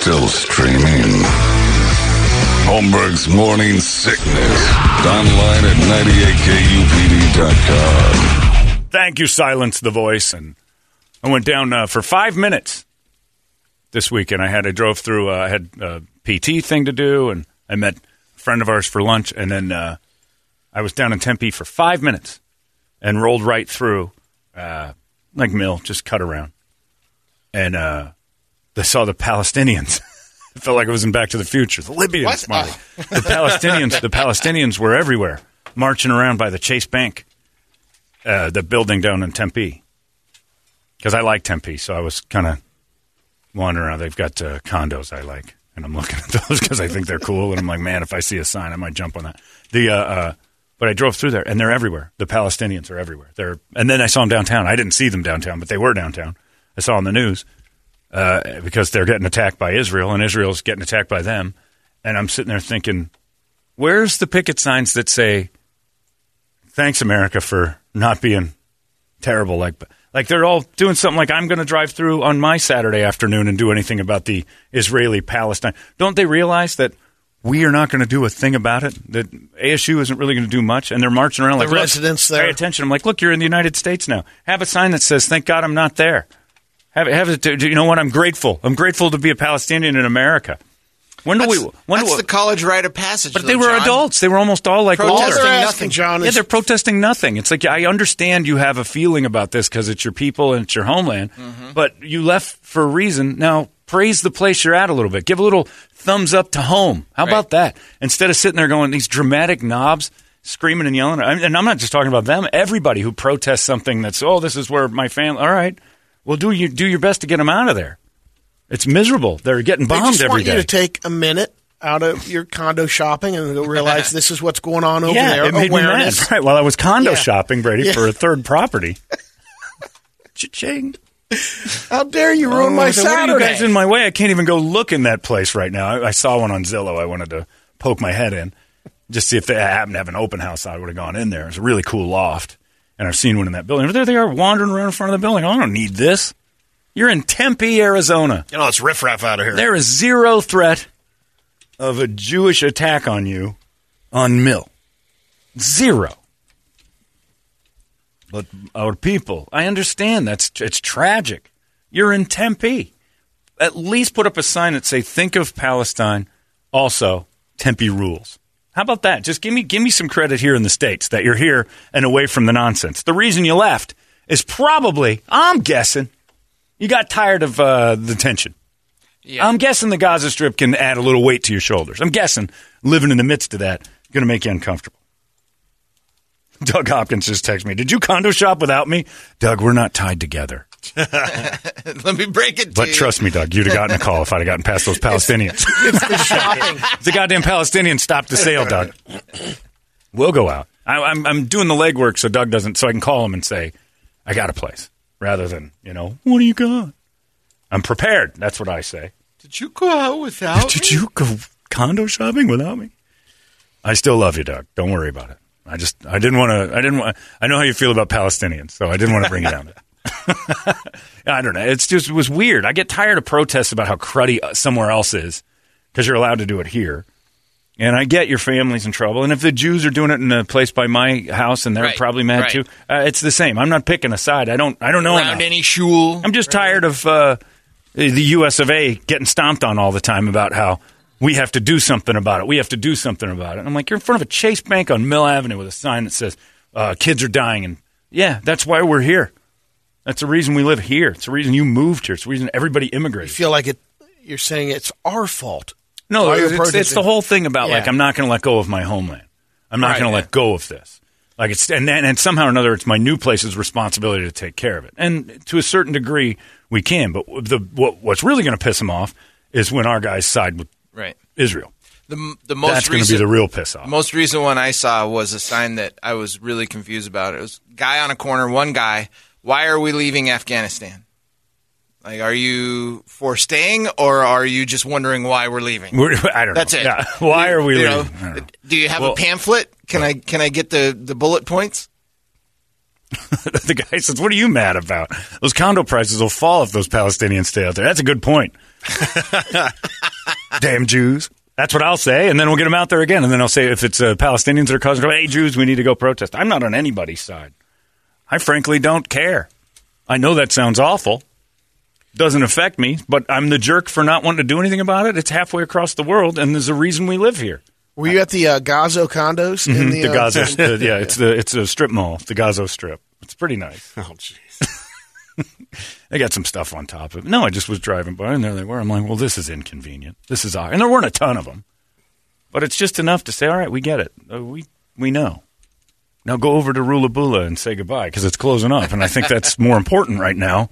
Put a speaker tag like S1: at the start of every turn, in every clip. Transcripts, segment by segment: S1: Still streaming. Holmberg's Morning Sickness. Online at 98kupd.com.
S2: Thank you, Silence the Voice. And I went down uh, for five minutes this weekend. I had I drove through. Uh, I had a PT thing to do, and I met a friend of ours for lunch. And then uh, I was down in Tempe for five minutes and rolled right through, uh, like Mill, just cut around. And uh, they saw the Palestinians. I felt like I was in Back to the Future. The Libyans,
S3: What?
S2: Marty. the Palestinians. The Palestinians were everywhere, marching around by the Chase Bank, uh, the building down in Tempe. Because I like Tempe, so I was kind of wandering around. They've got uh, condos I like, and I'm looking at those because I think they're cool. And I'm like, man, if I see a sign, I might jump on that. The uh, uh, but I drove through there, and they're everywhere. The Palestinians are everywhere. They're and then I saw them downtown. I didn't see them downtown, but they were downtown. I saw on the news uh, because they're getting attacked by Israel, and Israel's getting attacked by them. And I'm sitting there thinking, where's the picket signs that say, "Thanks America for not being terrible. Like, like they're all doing something like I'm going to drive through on my Saturday afternoon and do anything about the Israeli Palestine. Don't they realize that we are not going to do a thing about it? That ASU isn't really going to do much, and they're marching around like
S3: The
S2: "Look,
S3: residents there-
S2: Pay attention. I'm like, look, you're in the United States now. Have a sign that says, "Thank God I'm not there." Have it. Have it. do- do You know what? I'm grateful. I'm grateful to be a Palestinian in America. When do
S3: That's,
S2: we? When do
S3: that's
S2: we-
S3: the college rite of passage.
S2: but
S3: though,
S2: they were
S3: John.
S2: adults. They were almost all like
S3: Protesting
S2: older.
S3: They're asking,
S4: nothing, John.
S2: Yeah, they're protesting nothing. It's like I understand you have a feeling about this because it's your people and it's your homeland,
S3: Mm-hmm.
S2: but you left for a reason. Now praise the place you're at a little bit. Give a little thumbs up to home. How about that? Instead of sitting there going these dramatic knobs. Screaming and yelling, I mean, and I'm not just talking about them. Everybody who protests something that's, oh, this is where my family. All right, well, do you do your best to get them out of there? It's miserable. They're getting
S4: They
S2: bombed
S4: just
S2: every
S4: want
S2: day.
S4: you to take a minute out of your condo shopping and to realize this is what's going on over
S2: yeah,
S4: there.
S2: It made me mad.
S4: Awareness.
S2: Right. While I was condo
S4: Yeah.
S2: shopping, Brady,
S4: Yeah.
S2: for a third property. Cha-ching.
S4: How dare you ruin
S2: I
S4: my
S2: said, Oh, What are you
S4: Saturday?
S2: guys in my way? I can't even go look in that place right now. I, I saw one on Zillow. I wanted to poke my head in, just see if they happened to have an open house. I would have gone in there. It's a really cool loft, and I've seen one in that building. But there they are, wandering around in front of the building. I don't need this. You're in Tempe, Arizona.
S3: You know, it's riffraff out of here.
S2: There is zero threat of a Jewish attack on you on Mill. Zero. But our people, I understand that's it's tragic. You're in Tempe. At least put up a sign that say "Think of Palestine." Also, Tempe rules. How about that? Just give me give me some credit here in the states that you're here and away from the nonsense. The reason you left is probably, I'm guessing, you got tired of uh, the tension. I'm guessing the Gaza Strip can add a little weight to your shoulders. I'm guessing living in the midst of that going to make you uncomfortable. Doug Hopkins just texted me. Did you condo shop without me? Doug, we're not tied together.
S3: Let me break it to
S2: But
S3: you.
S2: trust me, Doug, you'd have gotten a call if I'd have gotten past those Palestinians.
S4: It's the shopping.
S2: the goddamn Palestinians stopped the sale, Doug. We'll go out. I, I'm, I'm doing the legwork so Doug doesn't, so I can call him and say, I got a place, rather than, you know, what do you got? I'm prepared. That's what I say.
S3: Did you go out without?
S2: Did you go condo shopping without me? I still love you, Doug. Don't worry about it. I just I didn't want to. I didn't want. I know how you feel about Palestinians, so I didn't want to bring you down. I don't know. It's just it was weird. I get tired of protests about how cruddy uh, somewhere else is because you're allowed to do it here. And I get your family's in trouble. And if the Jews are doing it in a place by my house, and they're
S5: Right,
S2: probably mad
S5: right.
S2: too, uh, it's the same. I'm not picking a side. I don't. I don't know. enough.
S5: around any shul.
S2: I'm just tired of uh, the U.S. of A. getting stomped on all the time about how we have to do something about it. We have to do something about it. And I'm like, you're in front of a Chase Bank on Mill Avenue with a sign that says, uh, kids are dying. And yeah, that's why we're here. That's the reason we live here. It's the reason you moved here. It's the reason everybody immigrated.
S4: feel like it. You're saying it's our fault.
S2: No,
S4: Why you're
S2: it's, it's,
S4: protesting?
S2: the whole thing about like
S4: Yeah.
S2: I'm not going to let go of my homeland. I'm not
S4: Right,
S2: going to
S4: yeah.
S2: let go of this. Like it's and, and and somehow or another, it's my new place's responsibility to take care of it. And to a certain degree, we can. But the what, what's really going to piss them off is when our guys side with
S3: Right.
S2: Israel.
S3: The the most
S2: That's going to be
S3: recent
S2: the real piss off.
S3: most recent one I saw was a sign that I was really confused about. It was guy on a corner, one guy. Why are we leaving Afghanistan? Like, are you for staying or are you just wondering why we're leaving?
S2: We're- I don't know.
S3: That's it.
S2: Yeah. Why are we
S3: You
S2: leaving? I
S3: know,
S2: don't know.
S3: do you have
S2: Well-
S3: a pamphlet? Can I can I get the, the bullet points?
S2: the guy says, "What are you mad about? Those condo prices will fall if those Palestinians stay out there." That's a good point. Damn Jews. That's what I'll say, and then we'll get them out there again. And then I'll say, if it's uh, Palestinians that are causing trouble, hey Jews, we need to go protest. I'm not on anybody's side. I frankly don't care. I know that sounds awful. Doesn't affect me, but I'm the jerk for not wanting to do anything about it. It's halfway across the world, and there's a reason we live here.
S4: Were you at the uh, Gazo condos in the,
S2: Mm-hmm, The
S4: uh,
S2: Gaza, the- yeah, it's the it's a strip mall, the Gaza Strip. It's pretty nice.
S5: Oh, jeez.
S2: They got some stuff on top of it. No, I just was driving by and there they were. I'm like, well, this is inconvenient. This is odd. And there weren't a ton of them. But it's just enough to say, all right, we get it. Uh, we, we know. Now go over to Rulabula and say goodbye because it's closing up. And I think that's more important right now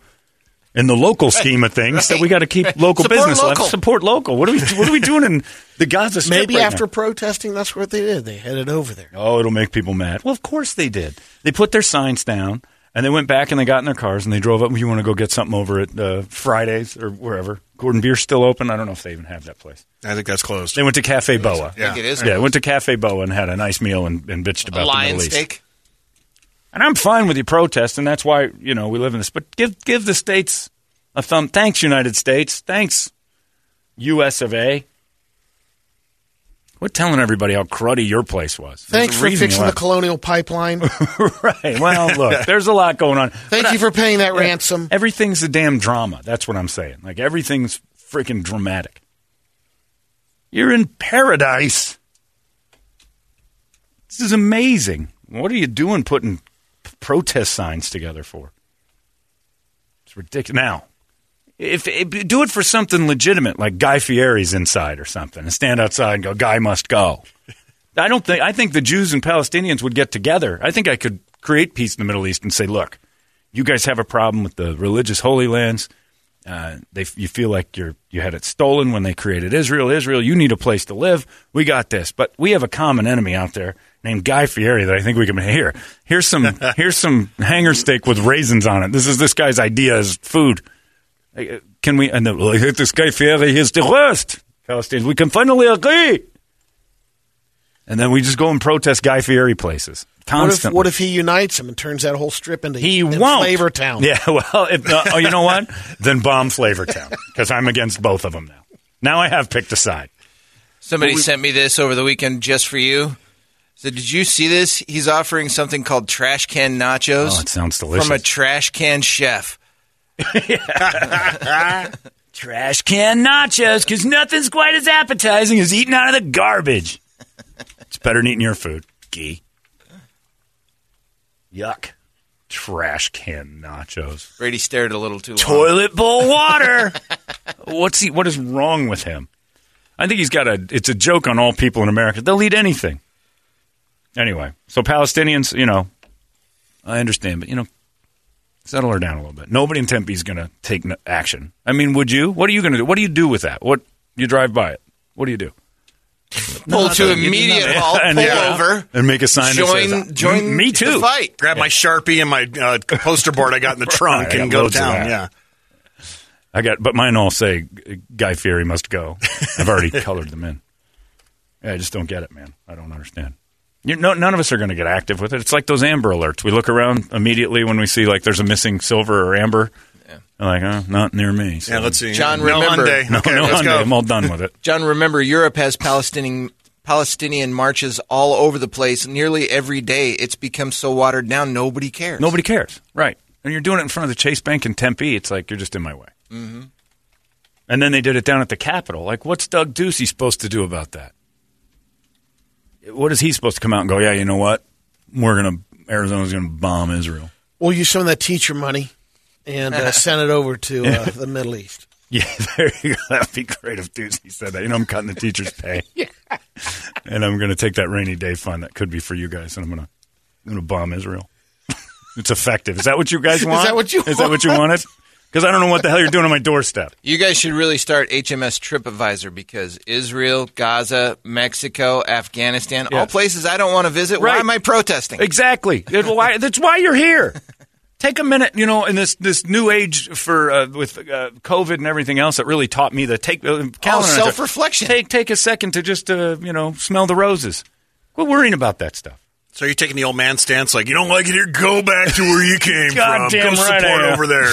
S2: in the local scheme of things that we got to keep local
S3: Support
S2: business alive.
S3: local.
S2: Support local. What are we, what are we doing in the Gaza Strip
S4: Maybe
S2: right
S4: after
S2: now?
S4: protesting, that's what they did. They headed over there.
S2: Oh, it'll make people mad. Well, of course they did. They put their signs down and they went back and they got in their cars and they drove up. You want to go get something over at uh, Fridays or wherever? Gordon Beer's still open. I don't know if they even have that place.
S5: I think that's closed.
S2: They went to Cafe Boa.
S3: I think it is.
S2: Yeah, went to Cafe Boa and had a nice meal and, and bitched
S3: A
S2: about the
S3: lion
S2: Middle East.
S3: steak.
S2: And I'm fine with you protesting. That's why you know we live in this. But give give the states a thumb. Thanks, United States. Thanks, U.S. of A. We're telling everybody how cruddy your place was. There's
S4: Thanks
S2: a
S4: for
S2: reason you
S4: fixing the
S2: left.
S4: colonial pipeline.
S2: Right. Well, look, there's a lot going on.
S4: Thank you for paying that ransom.
S2: Everything's a damn drama. That's what I'm saying. Like everything's freaking dramatic. You're in paradise. This is amazing. What are you doing putting p- protest signs together for? It's ridiculous. Now, if, if do it for something legitimate like Guy Fieri's inside or something and stand outside and go Guy must go. I don't think I think the Jews and Palestinians would get together. I think I could create peace in the Middle East and say, look, you guys have a problem with the religious holy lands. Uh, they, you feel like you're you had it stolen when they created Israel. Israel, you need a place to live. We got this, but we have a common enemy out there named Guy Fieri that I think we can here. Here's some here's some hanger steak with raisins on it. This is this guy's idea as food. Uh, Can we? And then, like, this guy Fieri is the worst. Palestinians, we can finally agree. And then we just go and protest Guy Fieri places
S4: What if,
S2: constantly.
S4: what if he unites them and turns that whole strip into
S2: He
S4: into
S2: won't.
S4: Flavor Town?
S2: Yeah, well, if uh, oh, you know what? then bomb Flavor Town because I'm against both of them now. Now I have picked a side.
S3: Somebody sent me this over the weekend just for you. So did you see this? He's offering something called trash can nachos.
S2: Oh, it sounds
S3: from a
S2: delicious.
S3: trash can chef.
S2: Trash can nachos because nothing's quite as appetizing as eating out of the garbage. it's better than eating your food, gee. Yuck. Trash can nachos.
S3: Brady stared a little too long.
S2: toilet bowl water. What's he? What is wrong with him? I think he's got a. It's a joke on all people in America. They'll eat anything. Anyway, so Palestinians, you know, I understand, but you know, settle her down a little bit. Nobody in Tempe is going to take n- action. I mean, would you? What are you going to do? What do you do with that? What you drive by it? What do you do?
S3: Pull to immediate halt.
S2: And
S3: pull
S2: yeah.
S3: over.
S2: and make a sign
S3: Join.
S2: that says,
S3: join.
S2: me too."
S3: The fight.
S5: Grab my Sharpie and my uh, poster board I got in the trunk
S2: I got
S5: and go
S2: loads of
S5: down.
S2: that.
S5: Yeah.
S2: I got, but mine all say Guy Fieri must go. I've already colored them in. Yeah, I just don't get it, man. I don't understand. You no, none of us are going to get active with it. It's like those Amber Alerts. We look around immediately when we see like there's a missing silver or amber. I'm like, oh, not near me. So.
S5: Yeah, let's see.
S3: John,
S5: no
S3: remember-
S5: Hyundai.
S2: No,
S5: okay,
S2: no,
S5: let's
S2: Hyundai.
S5: go.
S2: I'm all done with it.
S3: John, remember Europe has Palestinian Palestinian marches all over the place nearly every day. It's become so watered down, nobody cares.
S2: Nobody cares, right? And you're doing it in front of the Chase Bank in Tempe. It's like you're just in my way. And then they did it down at the Capitol. Like, what's Doug Ducey supposed to do about that? What is he supposed to come out and go, yeah, you know what? We're going to, Arizona's going to bomb Israel.
S4: We'll use some of that teacher money and uh, send it over to uh, the Middle East.
S2: Yeah, there you go. That'd be great if Ducey said that. You know, I'm cutting the teacher's pay. And I'm going to take that rainy day fund that could be for you guys, and I'm going to, I'm going to bomb Israel. it's effective. Is that what you guys want?
S4: that what you
S2: Is that what you wanted? Because I don't know what the hell you're doing on my doorstep.
S3: You guys should really start HMS TripAdvisor because Israel, Gaza, Mexico, Afghanistan, all
S2: Yes.
S3: places I don't want to visit. Why
S2: Right.
S3: am I protesting?
S2: Exactly. That's why, that's why you're here. Take a minute, you know, in this this new age for uh, with uh, COVID and everything else that really taught me that take uh,
S3: All
S2: calendar-
S3: self-reflection.
S2: Take take a second to just uh, you know smell the roses. Quit worrying about that stuff.
S5: So you're taking the old man stance, like you don't like it here, go back to where you came from.
S2: Goddamn
S5: Go
S2: right I
S5: support
S2: am.
S5: over there.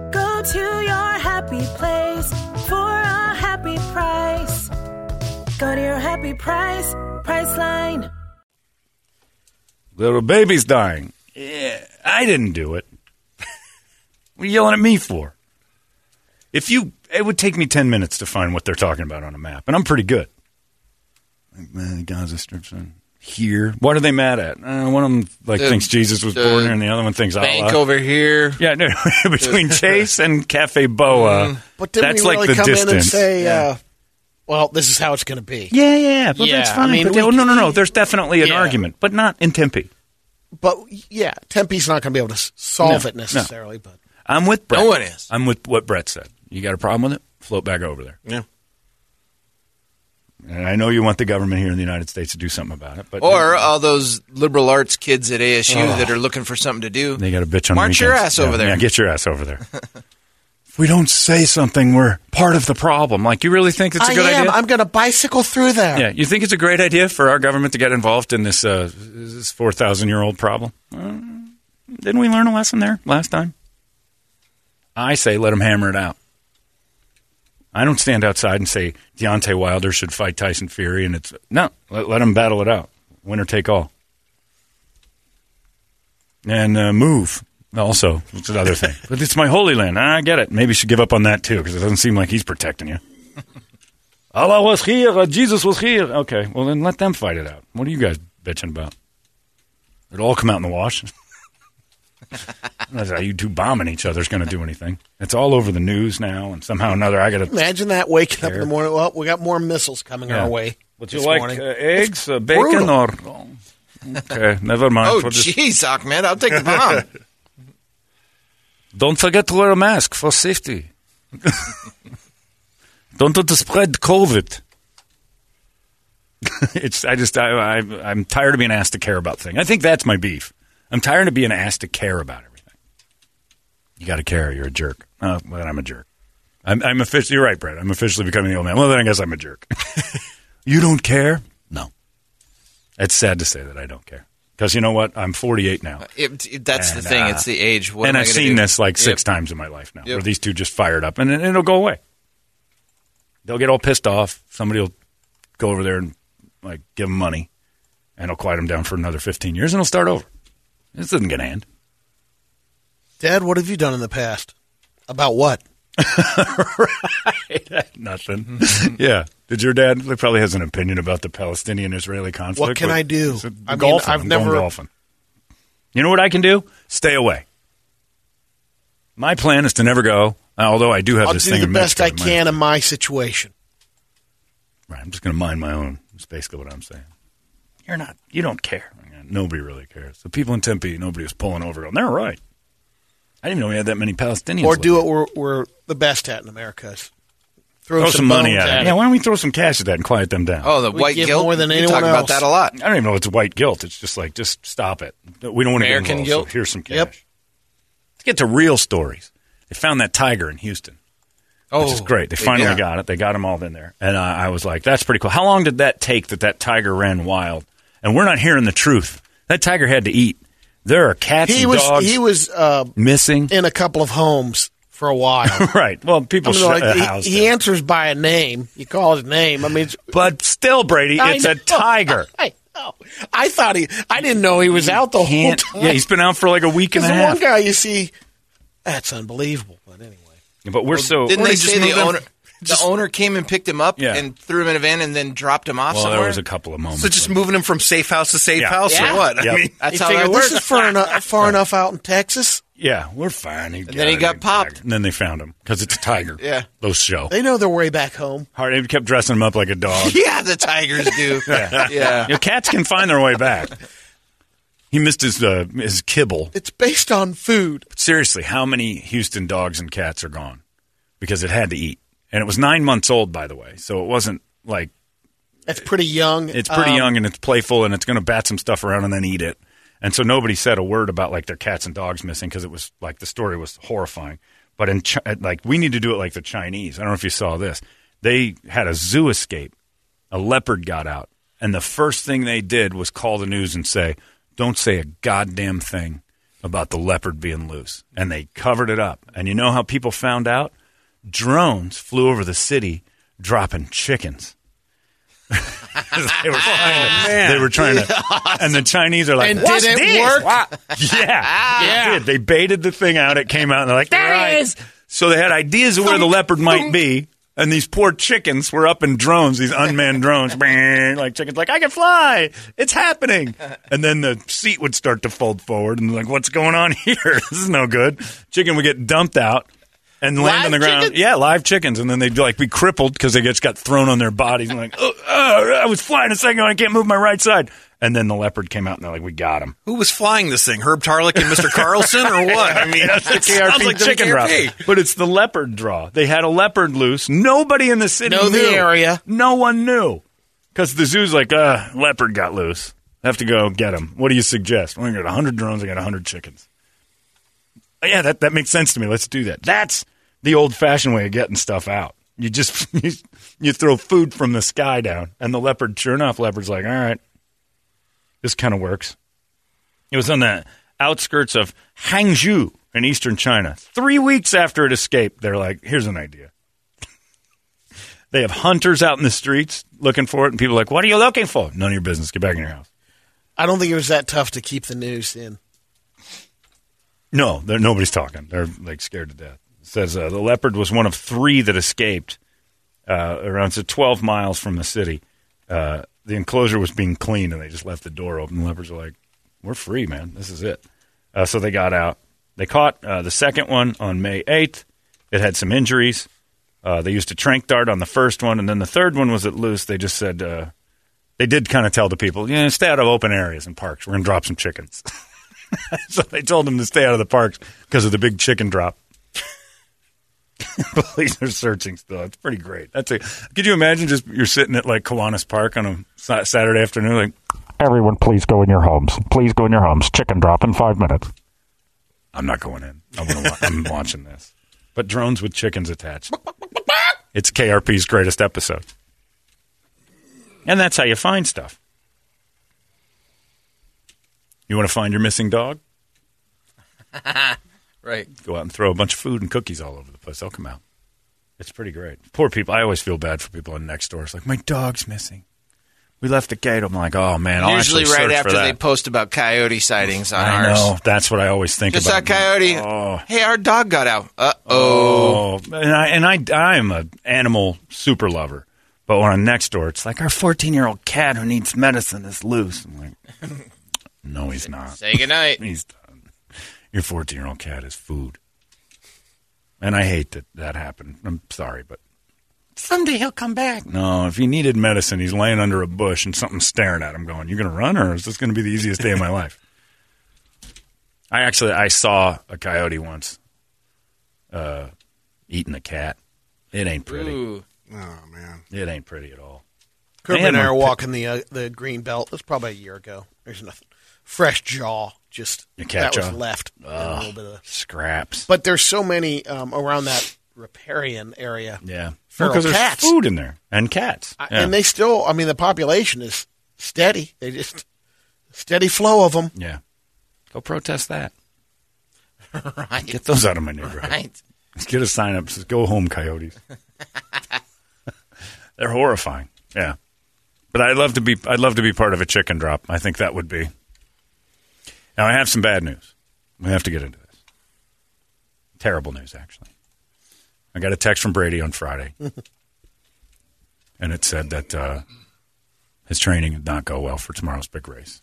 S6: Go to your happy place for a happy price. Go to your happy price, Priceline.
S2: Little baby's dying. Yeah, I didn't do it. what are you yelling at me for? If you, it would take me 10 minutes to find what they're talking about on a map, and I'm pretty good. Like, man, Gaza Strip's on here. What are they mad at? Uh, one of them like,
S3: The-
S2: thinks Jesus was
S3: the
S2: born here, and the other one thinks
S3: Bank
S2: Allah.
S3: over here.
S2: Yeah, no, between Chase and Cafe
S3: Mm-hmm.
S2: Boa,
S4: But didn't
S2: that's
S4: we really
S2: like the
S4: come
S2: distance.
S4: in and say, uh, well, this is how it's going to be?
S2: Yeah, yeah, but
S4: Yeah,
S2: that's
S4: I
S2: fine.
S4: mean,
S2: but
S4: we
S2: no,
S4: can-
S2: no, no, no. There's definitely an
S4: Yeah.
S2: argument, but not in Tempe.
S4: But yeah, Tempe's not going to be able to s- solve
S2: No,
S4: it necessarily. But
S2: I'm with Brett.
S3: No one is.
S2: I'm with what Brett said. You got a problem with it? Float back over there.
S5: Yeah.
S2: And I know you want the government here in the United States to do something about it, but
S3: Or all those liberal arts kids at ASU that are looking for something to do.
S2: Oh. they got a bitch on
S3: March
S2: the
S3: your
S2: weekends.
S3: ass over
S2: Yeah,
S3: there.
S2: Yeah, get your ass over there. if we don't say something, we're part of the problem. Like you really think it's a
S4: I
S2: good
S4: am.
S2: idea?
S4: I'm going to bicycle through there.
S2: yeah, you think it's a great idea for our government to get involved in this uh, this four thousand year old problem? Uh, didn't we learn a lesson there last time? I say let them hammer it out. I don't stand outside and say Deontay Wilder should fight Tyson Fury, and it's no, let, let them battle it out, winner take all, and uh, move. Also, it's another thing. but it's my holy land. Ah, I get it. Maybe you should give up on that too, because it doesn't seem like he's protecting you. Allah was here. uh, Jesus was here. Okay, well then let them fight it out. What are you guys bitching about? It'll all come out in the wash. That's how you two bombing each other's going to do anything. It's all over the news now, and somehow or another, I got to
S4: Imagine that waking up in the morning. Well, we got more missiles coming
S2: Yeah.
S4: our way.
S2: Would
S4: this
S2: you like
S4: morning.
S2: uh, eggs, uh, bacon, or? Okay, never mind.
S3: Oh,
S2: We'll just-
S3: jeez, Ahmed, I'll take the bomb.
S2: Don't forget to wear a mask for safety. Don't want to spread COVID. it's I just I, I I'm tired of being asked to care about things. I think that's my beef. I'm tired of being asked to care about everything. You got to care. You're a jerk. Oh, well, then I'm a jerk. I'm I'm officially. You're right, Brett. I'm officially becoming the old man. Well, then I guess I'm a jerk. you don't care? No. It's sad to say that I don't care because you know what? I'm 48 now
S3: It- it- that's
S2: And,
S3: the thing.
S2: uh,
S3: it's the age. What
S2: and
S3: am I
S2: I've
S3: gonna
S2: seen
S3: do?
S2: this like
S3: Yep.
S2: six times in my life now,
S3: Yep.
S2: where these two just fired up, and it- it'll go away. They'll get all pissed off. Somebody will go over there and like give them money, and it'll quiet them down for another fifteen years, and it'll start over. This isn't going to end.
S4: Dad, what have you done in the past? About what?
S2: Nothing. yeah. Did your dad he probably has an opinion about the Palestinian-Israeli conflict?
S4: What can
S2: but-
S4: I do?
S2: He said,
S4: I mean,
S2: golfing.
S4: I've
S2: I'm
S4: never-
S2: going golfing. You know what I can do? Stay away. My plan is to never go. Although I do have
S4: I'll
S2: this
S4: do
S2: thing
S4: the
S2: in
S4: best
S2: Mexico
S4: I
S2: that might-
S4: can in my situation.
S2: Right. I'm just going to mind my own. That's basically what I'm saying. You're not. You don't care. Yeah, Nobody really cares. The people in Tempe, nobody was pulling over. And they're right. I didn't even know we had that many Palestinians.
S4: Or do
S2: living.
S4: what we're, we're the best at in America. is
S2: Throw some, money
S4: bones
S2: at it. Yeah. Why don't we throw some cash at that and quiet them down?
S3: Oh, the
S4: We
S3: white
S4: give
S3: guilt.
S4: more than
S3: You
S4: anyone
S3: talk
S4: else.
S3: about that a lot.
S2: I don't even know it's white guilt. It's just like just stop it. We don't want to get
S3: American
S2: involved.
S3: guilt?
S2: So here's some cash.
S4: Yep.
S2: Let's get to real stories. They found that tiger in Houston.
S3: Oh,
S2: which is great. They finally
S3: yeah.
S2: got it. They got them all in there, and I, I was like, "That's pretty cool." How long did that take that that tiger ran wild? And we're not hearing the truth. That tiger had to eat. There are cats
S4: He
S2: and
S4: was
S2: dogs
S4: he was uh,
S2: missing.
S4: in a couple of homes for a while.
S2: right. Well, people
S4: I mean, like,
S2: shut the
S4: he-
S2: house
S4: he,
S2: down.
S4: answers by a name. You call his name. I mean, it's,
S2: But still, Brady,
S4: I
S2: it's a
S4: know.
S2: tiger.
S4: I, know. I thought he. I didn't know he was out the whole
S2: Can't-
S4: time.
S2: yeah, he's been out for like a week and
S4: Because
S2: a
S4: the
S2: half.
S4: one guy you see, that's unbelievable. But anyway,
S2: But we're so
S3: Didn't
S2: we're
S3: they
S2: just
S3: say the
S2: moving-
S3: owner? the owner came and picked him up
S2: Yeah.
S3: and threw him in a van and then dropped him off
S2: Well,
S3: somewhere.
S2: there was a couple of moments.
S5: So just moving him from safe house to safe
S2: Yeah.
S5: house
S4: Yeah.
S5: or what?
S2: Yep.
S5: I mean,
S3: That's
S4: You
S3: how that
S4: figure,
S3: works.
S4: This is far enough, far enough out in Texas.
S2: yeah, we're fine. and
S3: then he got popped.
S2: And then they found him because it's a tiger.
S3: Yeah.
S2: those show.
S4: They know their way back home.
S2: Hard. They kept dressing him up like a dog.
S3: yeah, the tigers do. yeah.
S2: You know, cats can find their way back. He missed his uh, his kibble.
S4: It's based on food.
S2: But seriously, how many Houston dogs and cats are gone because it had to eat? And it was nine months old, by the way, so it wasn't like
S4: That's pretty young.
S2: It's pretty
S4: Um,
S2: young and it's playful and it's going to bat some stuff around and then eat it. And so nobody said a word about like their cats and dogs missing because it was like the story was horrifying. But in Chi- like we need to do it like the Chinese. I don't know if you saw this. They had a zoo escape. A leopard got out, and the first thing they did was call the news and say, "Don't say a goddamn thing about the leopard being loose." And they covered it up. And you know how people found out? Drones flew over the city dropping chickens. they were trying to, they were trying to and the Chinese are like,
S4: Oh, And
S2: "What's
S4: did it
S2: this?
S4: work?"
S2: Wha- Yeah, yeah. They baited the thing out. It came out, and they're like, "There it is." So they had ideas of where the leopard might be, and these poor chickens were up in drones, these unmanned drones, bang, like chickens, like I can fly, it's happening. And then the seat would start to fold forward, and like, "What's going on here? this is no good." Chicken would get dumped out. And land
S4: Live
S2: on the ground.
S4: chickens?
S2: Yeah, live chickens. And then they'd like be crippled because they just got thrown on their bodies and like, oh, oh, I was flying a second ago, I can't move my right side. And then the leopard came out and they're like, we got him.
S5: who was flying this thing? Herb Tarlick and Mr. Carlson or what? I mean,
S2: That's the
S5: it sounds
S2: KRP
S5: like
S2: chicken
S5: WKRP.
S2: drop. But it's the leopard draw. They had a leopard loose. Nobody in the city
S4: Know the
S2: knew.
S4: area.
S2: No one knew. Because the zoo's like, uh, leopard got loose. Have to go get him. What do you suggest? Well, I got 100 drones, I got 100 chickens. Oh, yeah, that, that makes sense to me. Let's do that. That's the old fashioned way of getting stuff out. You just you, you throw food from the sky down, and the leopard, sure enough, leopard's like, all right, this kind of works. It was on the outskirts of Hangzhou in eastern China. Three weeks after it escaped, they're like, here's an idea. they have hunters out in the streets looking for it, and people are like, what are you looking for? None of your business. Get back in your house.
S4: I don't think it was that tough to keep the news in.
S2: No, they're- nobody's talking. They're like scared to death. It says uh, the leopard was one of three that escaped uh, around so 12 miles from the city. Uh, the enclosure was being cleaned, and they just left the door open. The leopards are like, "We're free, man. This is it." Uh, so they got out. They caught uh, the second one on May 8th. It had some injuries. Uh, they used a trank dart on the first one, and then the third one was at loose. They just said uh, they did kind of tell the people, "Yeah, stay out of open areas and parks. We're gonna drop some chickens." so they told them to stay out of the parks because of the big chicken drop. Police are searching still. It's pretty great. That's a. Could you imagine just you're sitting at like Kiwanis Park on a Sa- Saturday afternoon, like
S7: Everyone, please go in your homes. Please go in your homes. Chicken drop in five minutes.
S2: I'm not going in. I'm, gonna wa- I'm watching this. But drones with chickens attached. It's KRP's greatest episode. And that's how you find stuff. You want to find your missing dog?
S3: Right.
S2: go out and throw a bunch of food and cookies all over the place. They'll come out. It's pretty great. Poor people. I always feel bad for people on next door. It's like my dog's missing. We left the gate. I'm like, oh man. I'll
S3: Usually,
S2: actually
S3: right
S2: search
S3: after
S2: for that.
S3: they post about coyote sightings on
S2: I
S3: ours.
S2: know. That's what I always think
S3: Just saw a
S2: about.
S3: coyote.
S2: Oh.
S3: Hey, our dog got out. Uh oh.
S2: Oh, and I and I I am an animal super lover. But when I'm next door, it's like our 14 year old cat who needs medicine is loose. I'm like, no, he's not.
S3: Say goodnight.
S2: He's done. Your 14 year old cat is food. And I hate that that happened. I'm sorry, but. Someday he'll come back. No, if he needed medicine, he's laying under a bush and something's staring at him going, You're going to run or is this going to be the easiest day of my life? I actually I saw a coyote once uh, eating a cat. It ain't pretty.
S3: Ooh.
S5: Oh, man.
S2: It ain't pretty at all.
S4: Kirby
S2: Man,
S4: and I
S2: my
S4: are
S2: pic-
S4: walking the uh, the green belt. That's probably a year ago. There's nothing. Fresh jaw, just
S2: A cat
S4: that
S2: jaw?
S4: was left. and A little bit of,
S2: Scraps.
S4: but there's so many um, around that riparian area.
S2: Yeah.
S4: Feral
S2: Because there's
S4: cats.
S2: food in there and cats.
S4: I-
S2: Yeah.
S4: And they still, I mean, the population is steady. They just steady flow of them.
S2: yeah. Go protest that.
S3: right.
S2: Get those out of my neighborhood.
S3: Right.
S2: Let's get a sign up. that Says, go home, coyotes. They're horrifying. Yeah. But I'd love to be I'd love to be part of a chicken drop. I think that would be. Now I have some bad news. We have to get into this. Terrible news actually. I got a text from Brady on Friday. and it said that uh, his training did not go well for tomorrow's big race.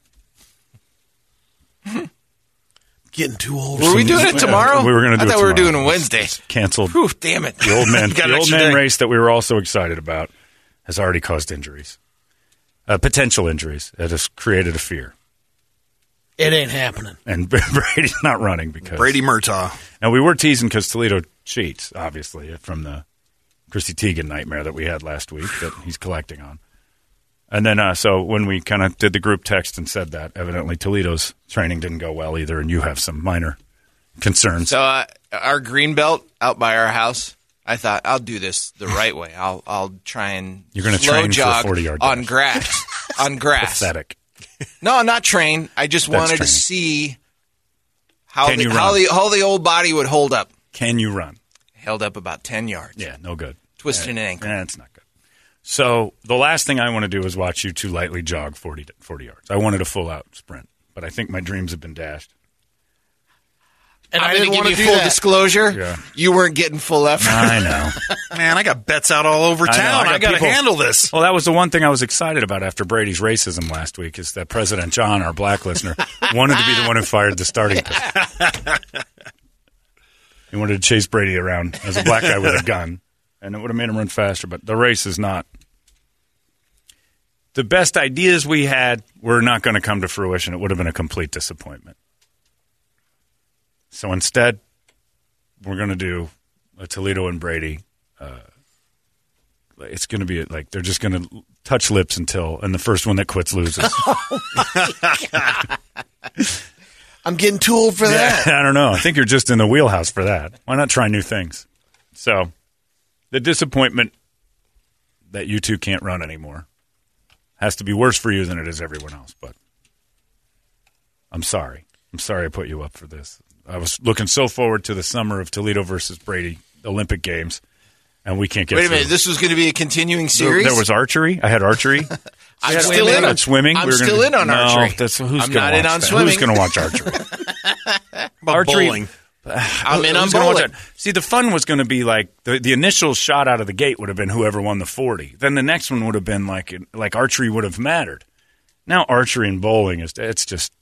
S4: Getting too old.
S3: Were we doing it tomorrow?
S2: We were going to
S3: I
S2: do it
S3: thought we were
S2: tomorrow.
S3: doing it Wednesday.
S2: It's canceled.
S3: Whew, damn it.
S2: The old man,
S3: Got an
S2: the old
S3: extra
S2: man
S3: day.
S2: race that we were all so excited about has already caused injuries, uh, potential injuries. It has created a fear,
S4: It ain't happening.
S2: and Brady's not running because
S5: Brady Murtaugh.
S2: Now we were teasing because Toledo cheats, obviously, from the Christy Teigen nightmare that we had last week that he's collecting on. And then, uh, so when we kind of did the group text and said that, evidently Toledo's training didn't go well either, and you have some minor concerns.
S3: So uh, our green belt out by our house. I thought I'll do this the right way. I'll I'll try and
S2: You're gonna
S3: slow
S2: train for a
S3: jog
S2: 40-yard
S3: on
S2: dash.
S3: grass. on grass.
S2: Pathetic.
S3: No, not train. I just
S2: That's
S3: wanted to
S2: training.
S3: see how
S2: Can
S3: the,
S2: you
S3: how
S2: run?
S3: the how the old body would hold up.
S2: Can you run?
S3: Held up about ten yards.
S2: Yeah, no good.
S3: Twisted an ankle.
S2: That's not good. So the last thing I want to do is watch you two lightly jog 40, to- 40 yards. I wanted a full out sprint, but I think my dreams have been dashed.
S4: And
S3: I'm
S4: I
S3: gonna
S4: didn't want to
S3: give
S4: do
S3: you full
S4: that.
S3: disclosure.
S2: Yeah.
S3: You weren't getting full effort.
S2: I know.
S5: Man, I got bets out all over
S2: I know. I
S5: town.
S2: got
S5: I got to
S2: people-
S5: handle this.
S2: well, that was the one thing I was excited about after Brady's racism last week is that President John, our black listener, wanted to be the one who fired the starting pitch. he wanted to chase Brady around as a black guy with a gun, and it would have made him run faster, but the race is not. The best ideas we had were not going to come to fruition. It would have been a complete disappointment. So instead, we're going to do a Toledo and Brady. Uh, it's going to be like they're just going to touch lips until, and the first one that quits loses.
S4: I'm getting too old for that.
S2: I don't know. I think you're just in the wheelhouse for that. Why not try new things? So, the disappointment that you two can't run anymore has to be worse for you than it is everyone else. But I'm sorry. I'm sorry I put you up for this. I was looking so forward to the summer of Toledo versus Brady Olympic Games, and we can't get.
S3: Wait a
S2: through.
S3: minute. This was going to be a continuing
S2: there,
S3: series.
S2: there was archery. I had archery.
S3: I'm
S2: Yeah,
S3: still
S2: we
S3: in
S2: had
S3: on
S2: swimming.
S3: I'm
S2: We were gonna
S3: still
S2: do-
S3: in on
S2: no,
S3: archery.
S2: That's, who's
S3: I'm
S2: gonna watch
S3: not in on
S2: that? Who's
S3: swimming.
S2: going to watch archery?
S5: Archery.
S2: Bowling.
S3: I'm in on
S2: Who's gonna watch
S3: bowling.
S2: it? See, the fun was going to be like the, the initial shot out of the gate would have been whoever won the forty. Then the next one would have been like like archery would have mattered. Now archery and bowling is it's just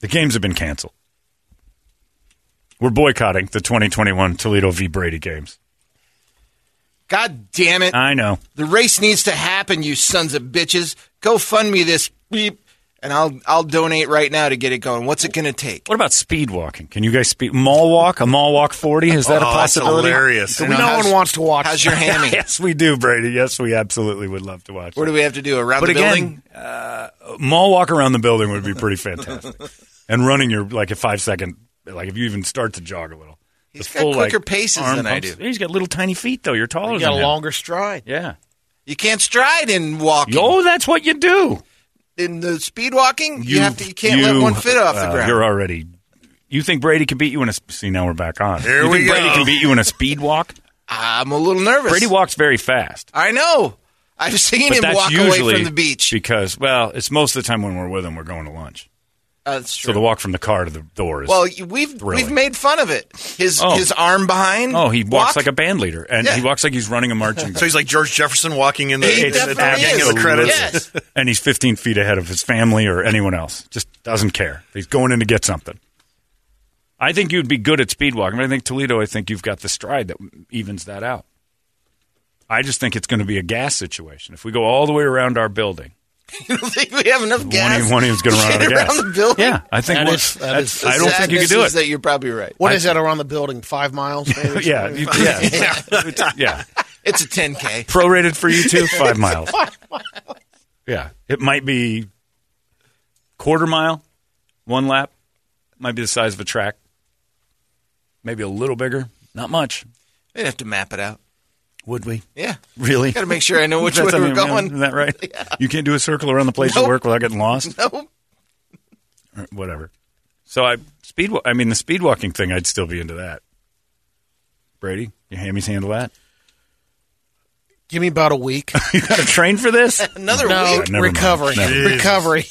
S2: the games have been canceled. We're boycotting the 2021 Toledo v Brady games.
S3: God damn it.
S2: I know.
S3: The race needs to happen, you sons of bitches. Go fund me this beep, and I'll I'll donate right now to get it going. What's it going to take?
S2: What about speed walking? Can you guys speed mall walk? A mall walk 40? Is that a
S5: Oh, that's
S2: possibility?
S5: hilarious.
S3: You know,
S4: no
S3: how's-
S4: one wants to watch.
S3: How's your hammy?
S2: Yes, we do, Brady. Yes, we absolutely would love to watch.
S3: What
S2: that.
S3: do we have to do around
S2: But
S3: the
S2: again,
S3: building?
S2: uh, mall walk around the building would be pretty fantastic. and running your like a five second, like if you even start to jog a little,
S3: He's
S2: The
S3: got quicker paces
S2: arm
S3: than I
S2: pumps.
S3: do.
S2: He's got little tiny feet though. You're taller
S4: You
S2: than
S4: got a
S2: him.
S4: longer stride.
S2: Yeah.
S3: You can't stride in walking.
S2: Oh, that's what you do.
S3: In the speed walking, you, have to. You can't let one fit off the
S2: uh,
S3: ground.
S2: You're already. You think Brady can beat you in a? sp- See, now we're back on.
S5: Here
S2: you
S5: we
S2: think Brady
S5: go.
S2: can beat you in a speed walk.
S3: I'm a little nervous.
S2: Brady walks very fast.
S3: I know. I've seen
S2: But
S3: him
S2: that's
S3: walk away
S2: usually
S3: from the beach.
S2: because well, it's most of the time when we're with him, we're going to lunch.
S3: Uh, that's
S2: So
S3: true.
S2: the walk from the car to the door is
S3: well, you- we've
S2: Thrilling.
S3: we've made fun of it. His
S2: Oh.
S3: his arm behind.
S2: Oh, he walks
S3: walk?
S2: like a band leader, and
S3: Yeah.
S2: he walks like he's running a marching.
S5: So he's like George Jefferson walking in the,
S3: He
S5: in the,
S3: definitely
S5: beginning
S3: is.
S5: of the credits.
S3: Yes.
S2: and he's 15 feet ahead of his family or anyone else. Just doesn't care. He's going in to get something. I think you'd be good at speed walking. but I think Toledo. I think you've got the stride that evens that out. I just think it's going to be a gas situation. If we go all the way around our building,
S3: You don't think we have enough gas?
S2: one, of, one of them's going to run out of
S3: Get around
S2: gas.
S3: the building?
S2: Yeah, I think
S4: That
S2: one-
S4: is- that
S2: that's-
S4: is-
S2: I don't think you
S3: Sadness
S2: could do
S3: is
S2: it.
S3: That you're probably right.
S4: What is that around the building? Five miles? maybe?
S2: yeah, you- yeah, yeah. yeah.
S3: It's a 10k.
S2: prorated for you too? Five miles. Yeah. It might be quarter mile, one lap. Might be the size of a track. Maybe a little bigger. Not much.
S3: They'd have to map it out.
S2: Would we?
S3: Yeah.
S2: Really?
S3: Got to make sure I know which way
S2: That's- I
S3: we're
S2: mean,
S3: going.
S2: Is that right? You can't do a circle around the place
S3: Nope.
S2: you work without getting lost.
S3: Nope.
S2: Or whatever. So I speed. wa- I mean, the speed walking thing. I'd still be into that. Brady, your hammies handle that.
S4: Give me about a week.
S2: you got to train for this.
S3: Another
S4: no,
S3: week.
S2: never mind.
S4: recovery.
S2: Never mind.
S4: Recovery.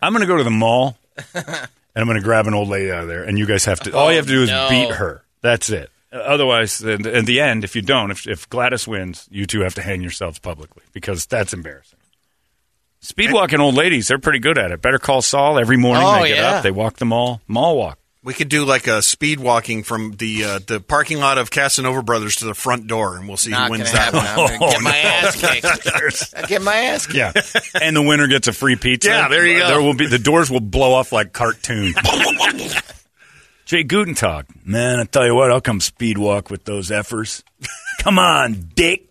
S2: I'm going to go to the mall, and I'm going to grab an old lady out of there. And you guys have to. all you have to do is
S3: no.
S2: beat her. That's it. Oh, Otherwise, in the, in the end, if you don't, if, if Gladys wins, you two have to hang yourselves publicly because that's embarrassing. Speed walking old ladies, they're pretty good at it. Better call Saul every morning.
S4: Oh,
S2: they get
S4: yeah.
S2: up, they walk the mall, mall walk.
S5: We could do like a speed walking from the uh, the parking lot of Casanova Brothers to the front door, and we'll see
S3: Not
S5: who
S3: gonna
S5: wins that.
S3: happen.
S5: one.
S3: I'm gonna get my
S2: Oh,
S3: ass kicked.
S2: There's-
S3: I get my ass kicked.
S2: yeah, and the winner gets a free pizza.
S5: Yeah, there you go.
S2: There will be the doors will blow off like cartoon. Jay Gutentag, man, I tell you what, I'll come speed walk with those effers. come on, Dick.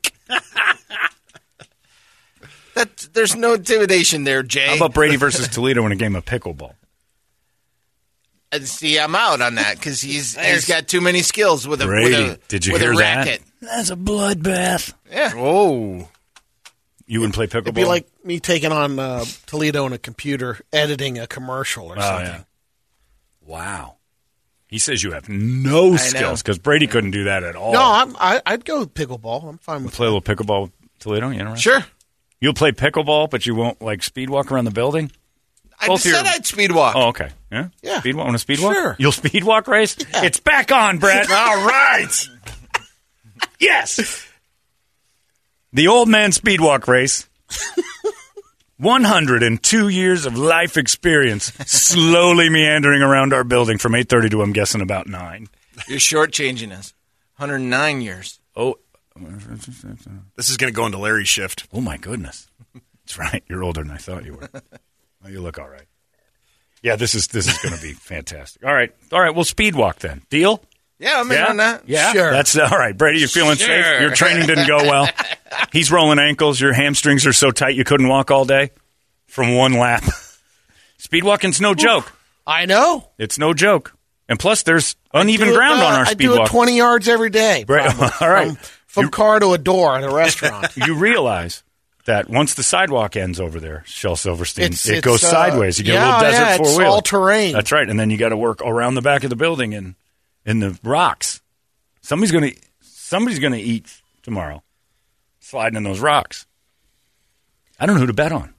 S3: That there's no intimidation there, Jay.
S2: How about Brady versus Toledo in a game of pickleball?
S3: Uh, See, I'm out on that because he's he's got too many skills with a
S2: Brady,
S3: with a,
S2: did you
S3: with
S2: hear
S3: a racket.
S2: that? That's a bloodbath.
S3: Yeah.
S5: Oh,
S2: You wouldn't play pickleball.
S4: It'd be like me taking on uh, Toledo and a computer, editing a commercial or
S2: oh
S4: something.
S2: yeah. Wow. He says you have no skills because Brady couldn't do that at all.
S4: No, I'm, I, I'd go pickleball. I'm fine with
S2: play a little pickleball with Toledo. You know,
S3: Sure.
S2: You'll play pickleball, but you won't like speed walk around the building.
S3: I
S2: Both
S3: just
S2: your-
S3: said I'd speed walk.
S2: Oh, okay. Yeah.
S4: Yeah.
S2: Speed walk. Want to speed walk?
S4: Sure.
S2: You'll speed walk race. It's back on, Brett. All right. yes. The old man speed walk race. 102 years of life experience slowly meandering around our building from 8:30 to I'm guessing about 9.
S3: You're shortchanging us. 109 years.
S2: Oh,
S5: this is going to go into Larry's shift.
S2: Oh my goodness. That's right. You're older than I thought you were. Well, you look all right. Yeah, this is this is going to be fantastic. All right. All right, we'll speed walk then. Deal?
S3: Yeah, I'm in
S2: yeah?
S3: on that.
S2: Yeah.
S4: Sure.
S2: That's all right. Brady, you're feeling safe.
S3: Sure.
S2: Your training didn't go well. He's rolling ankles. Your hamstrings are so tight you couldn't walk all day from one lap. speed walking's no joke.
S4: I know.
S2: It's no joke. And plus there's uneven
S4: Do it,
S2: ground
S4: uh,
S2: on our
S4: I
S2: speed
S4: do it
S2: walk.
S4: 20 yards every day.
S2: Right.
S4: probably,
S2: All right.
S4: From, from car to a door at a restaurant.
S2: you realize that once the sidewalk ends over there, Shell Silverstein,
S4: It's-
S2: it
S4: it's,
S2: goes
S4: uh,
S2: sideways. You get a
S4: yeah,
S2: little desert
S4: yeah,
S2: four
S4: it's
S2: wheeler.
S4: all terrain.
S2: That's right. And then you got to work around the back of the building and in the rocks. Somebody's gonna somebody's gonna eat tomorrow, sliding in those rocks. I don't know who to bet on.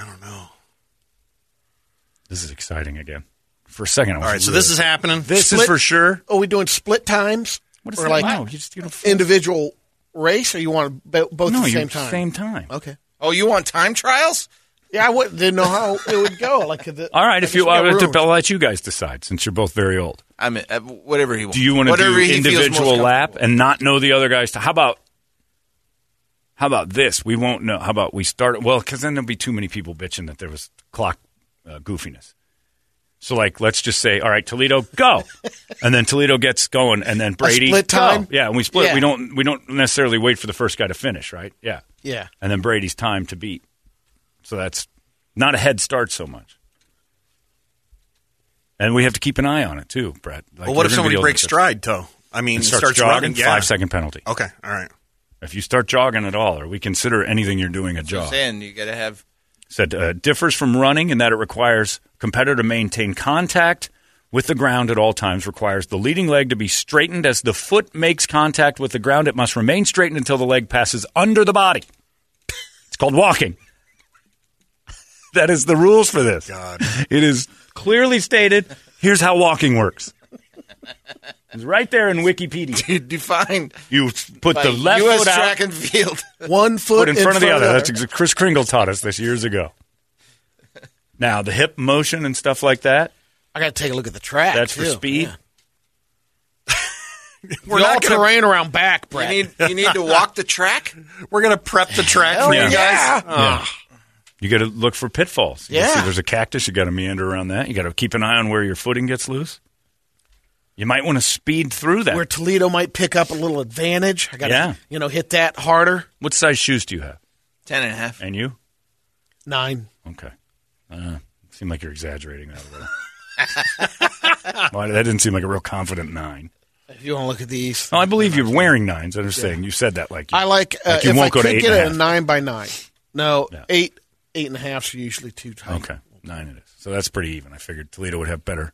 S5: I don't know.
S2: This is exciting again. For a second, I was
S5: All right, so this is happening.
S2: this
S4: Split-
S2: is for sure.
S4: Are we doing split times?
S2: What is
S4: or
S2: that?
S4: like
S2: no, you just you don't
S4: individual race, or you want to bo- both
S2: no,
S4: at the
S2: you-
S4: same time?
S2: Same time.
S4: Okay.
S3: Oh, you want time trials?
S4: Yeah, I would, didn't know how it would go. Like, the,
S2: All right,
S4: I
S2: if you, uh,
S4: just got
S2: I'll let-
S4: ruined.
S2: I'll let you guys decide since you're both very old.
S3: I mean, uh, whatever he wants.
S2: Do you want to
S3: Whatever
S2: do
S3: he feels most
S2: individual
S3: comfortable.
S2: lap and not know the other guys? To, how about how about this? We won't know. How about we start? Well, because then there'll be too many people bitching that there was clock uh, goofiness. So, like, let's just say, all right, Toledo, go, and then Toledo gets going, and then Brady
S4: split
S2: go.
S4: time?
S2: Yeah, and we split.
S4: Yeah.
S2: We don't we don't necessarily wait for the first guy to finish, right? Yeah,
S4: Yeah.
S2: and then Brady's time to beat. So that's not a head start so much. And we have to keep an eye on it too, Brett. Like,
S5: Well, what
S2: we're gonna
S5: if
S2: be
S5: somebody
S2: able to-
S5: breaks stride though? I mean,
S2: and starts, jogging,
S5: running. Yeah.
S2: five second penalty.
S5: Okay, all right.
S2: If you start jogging at all, or we consider anything you're doing a
S3: I'm
S2: jog.
S3: saying you got to have.
S2: Said uh, differs from running in that it requires competitor to maintain contact with the ground at all times. Requires the leading leg to be straightened as the foot makes contact with the ground. It must remain straightened until the leg passes under the body. It's called walking. that is the rules for this.
S5: God.
S2: It is clearly stated. Here's how walking works. It's right there in Wikipedia.
S3: You define
S2: You put the left
S3: U.S.
S2: foot out,
S3: track and field.
S4: One
S2: foot
S4: foot
S2: in, front, of the other. That's exa- Chris Kringle taught us this years ago. Now the hip motion and stuff like that.
S4: I got to take a look at the track.
S2: That's for
S4: too.
S2: speed.
S5: We're
S4: the all
S5: not gonna,
S4: terrain around back,
S3: You
S4: Brett.
S3: need you need to walk the track.
S5: we're going to prep the track
S4: Oh,
S5: for
S2: yeah.
S5: you guys.
S4: Ah!
S2: Yeah. You got to look for pitfalls. You
S4: Yeah.
S2: see there's a cactus. You got to meander around that. You got to keep an eye on where your footing gets loose. You might want to speed through that.
S4: where Toledo might pick up a little advantage. I got to,
S2: Yeah.
S4: you know, hit that harder.
S2: what size shoes do you have?
S3: Ten and a half.
S2: And you?
S4: Nine.
S2: Okay. Uh, seemed like you're exaggerating that a little. well, that didn't seem like a real confident nine.
S4: If you want to look at these,
S2: No, Oh, I believe you're wearing nines. I understand. You said that like you,
S4: I like. Uh,
S2: like you
S4: if
S2: won't
S4: I
S2: go
S4: could
S2: to eight
S4: get
S2: and a
S4: a
S2: half.
S4: nine by nine. No, eight, eight and a halfs are usually too tight.
S2: Okay, nine it is. So that's pretty even. I figured Toledo would have better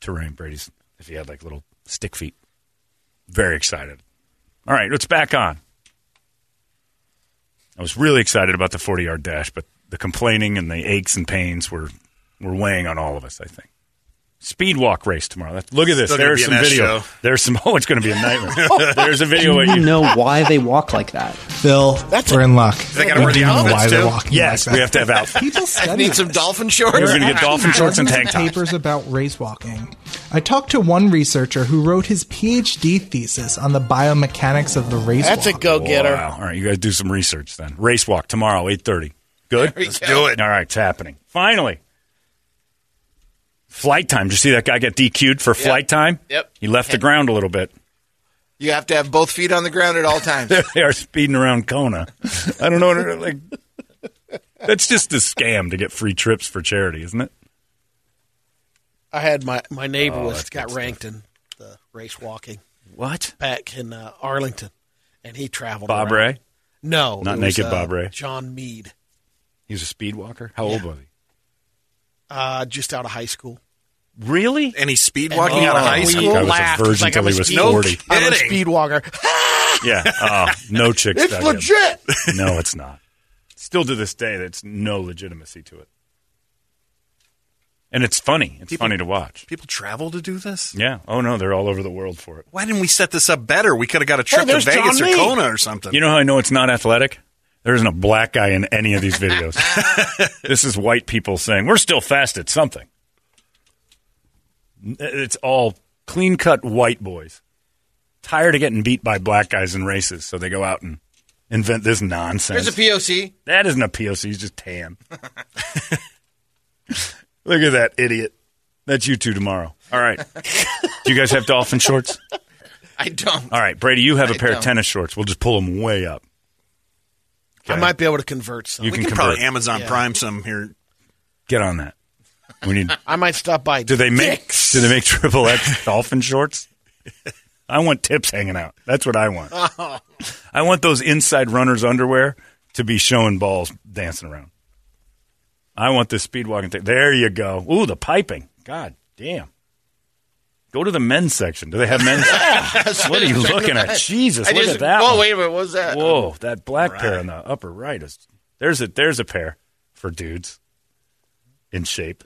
S2: terrain. Brady's if he had like little stick feet. Very excited. All right, it's back on. I was really excited about the forty yard dash, but the complaining and the aches and pains were were weighing on all of us. I think. Speed walk race tomorrow. That- Look at this.
S5: Still gonna
S2: There's
S5: be a
S2: some
S5: mess
S2: video.
S5: show.
S2: There's some. Oh, it's going to be a nightmare. There's a video. at
S8: Do you
S2: you.
S8: know why they walk like that?
S9: Phil, we're in luck.
S5: They gotta wear
S9: do
S5: the
S9: you know
S5: outfits,
S9: why
S5: too?
S9: they're walking
S2: Yes,
S9: like
S2: we have to have outfits.
S9: People
S3: I need some dolphin shorts.
S2: We're gonna get dolphin shorts and tank
S9: that.
S2: tops.
S9: Papers about race walking. I talked to one researcher who wrote his PhD thesis on the biomechanics of the race
S4: That's a
S9: walk.
S4: go getter.
S2: Wow. All right, you guys do some research then. Race walk tomorrow, eight thirty. Good. Let's do it. All right, it's happening. Finally. Flight time. Did you see that guy get DQ'd for flight time?
S3: Yep.
S2: He left the ground a little bit.
S3: You have to have both feet on the ground at all times.
S2: There they are speeding around Kona. I don't know. what- Like, that's just a scam to get free trips for charity, isn't it?
S4: I had my my neighbor
S2: Oh,
S4: was
S2: that's
S4: got
S2: good
S4: ranked in the race walking
S2: What?
S4: back in uh, Arlington, and he traveled.
S2: Bob
S4: around.
S2: Ray?
S4: No,
S2: Not
S4: it was,
S2: naked
S4: uh,
S2: Bob Ray.
S4: John Mead,
S2: He was a speed walker. How old was he?
S4: uh, just out of high school.
S2: Really?
S5: And he's speed walking out of
S4: Oh,
S5: high
S4: we
S5: school.
S2: I was
S4: laughed.
S2: a
S4: It's
S2: virgin
S4: like
S2: till
S4: I'm a
S2: he was
S4: speed-
S2: forty.
S4: I'm a
S5: Kidding.
S4: speed walker.
S2: Yeah. Oh, no chicks.
S4: it's
S2: dug him.
S4: legit.
S2: No, it's not. Still to this day, that's no legitimacy to it. And it's funny. It's
S5: People-
S2: funny to watch.
S5: People travel to do this?
S2: Yeah. Oh no, they're all over the world for it.
S5: Why didn't we set this up better? We could have got a trip to
S4: there's
S5: Vegas
S4: John
S5: or
S4: Lee.
S5: Kona or something.
S2: You know how I know it's not athletic? There isn't a black guy in any of these videos. this is white people saying we're still fast at something. N- It's all clean cut white boys tired of getting beat by black guys in races, so they go out and invent this nonsense.
S3: There's a POC.
S2: That isn't a POC. He's just tan. Look at that idiot. That's you two tomorrow. All right. Do you guys have dolphin shorts?
S3: I don't.
S2: All right, Brady, you have a
S3: I
S2: pair of
S3: don't.
S2: tennis shorts. We'll just pull them way up.
S4: I might be able to convert some.
S2: You
S5: we
S2: can,
S5: can,
S2: convert.
S5: probably Amazon Prime some here.
S2: Get on that. We need.
S4: I might stop by.
S2: Do they make?
S4: Dick's.
S2: Do they make triple X dolphin shorts? I want tips hanging out. That's what I want.
S3: Oh.
S2: I want those inside runners underwear to be showing balls dancing around. I want this speed walking thing. There you go. Ooh, the piping. God damn. Go to the men's section. Do they have men's? what are you looking at? Jesus,
S3: I
S2: look
S3: just-
S2: at that.
S3: Oh,
S2: one.
S3: wait a minute. What was that?
S2: Whoa, that black pair on the upper right is there's a there's a pair for dudes in shape.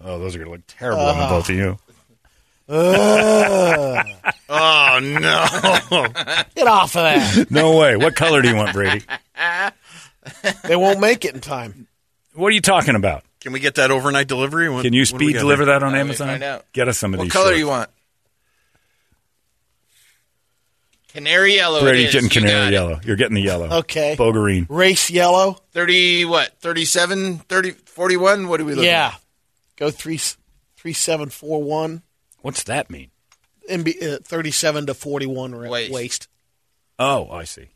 S2: Oh, those are gonna look terrible on both of you.
S5: Oh no!
S4: Get off of that.
S2: No way. What color do you want, Brady?
S4: they won't make it in time.
S2: What are you talking about?
S5: Can we get that overnight delivery? When-
S2: Can you
S5: when do
S2: speed
S5: we got
S2: deliver
S5: there?
S2: that on
S3: How do we
S2: Amazon?
S3: find out?
S2: Get us some of
S3: What
S2: these.
S3: color
S2: shorts.
S3: you want? Canary yellow.
S2: Brady
S3: Oh, it is.
S2: getting
S3: You got
S2: canary
S3: it.
S2: yellow. You're getting the yellow.
S4: Okay.
S2: Bogarine.
S4: Race yellow.
S3: 30, what? 37, 30, 41? What do we look
S4: Yeah. Go three three seven four one.
S2: What's that mean?
S4: MB, uh, thirty-seven to forty-one ra-
S3: Waist.
S4: waist.
S2: Oh, I see.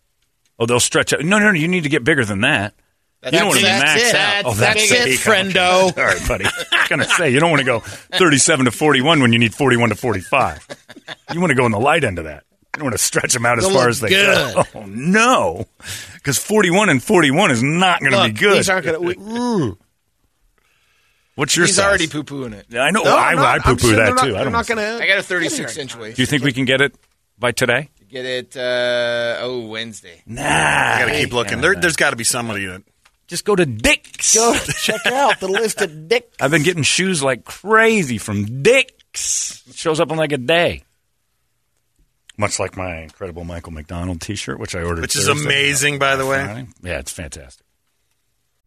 S2: Oh, they'll stretch out. No, no, no. You need to get bigger than that.
S3: That's
S2: you don't want to
S3: it.
S2: be maxed
S3: That's it.
S2: out. oh,
S4: That's,
S2: that's the
S4: it,
S2: peak.
S4: friendo.
S2: All right, buddy. I was gonna say you don't want to go thirty-seven to forty-one when you need forty-one to forty-five. You want to go on the light end of that. You don't want to stretch them out as
S4: They'll
S2: far
S4: look
S2: as they go.
S4: good.
S2: Oh no, because forty-one and forty-one is not going to be
S4: Look,
S2: good.
S4: these aren't going to.
S2: What's your
S3: He's
S2: size?
S3: already poo pooing it.
S2: I know.
S4: No,
S2: I,
S4: I'm not.
S2: I
S4: I'm
S2: poo-poo
S4: saying
S2: that
S4: they're not-
S2: too. I
S4: they're
S2: don't.
S4: not
S2: want
S4: gonna-
S3: I got a 36 inch waist.
S2: to- Do you think we can get it by today?
S3: Get it, uh, oh, Wednesday.
S2: Nah.
S4: Ah,
S5: I gotta keep looking. There, there's got to be somebody that
S2: Just go to Dick's.
S4: Go check out the list of dick.
S2: I've been getting shoes like crazy from Dick's. It shows up in like a day. Much like my incredible Michael McDonald T-shirt, which I ordered,
S5: Which is
S2: Thursday.
S5: amazing, by the way.
S2: Friday. Yeah, it's fantastic.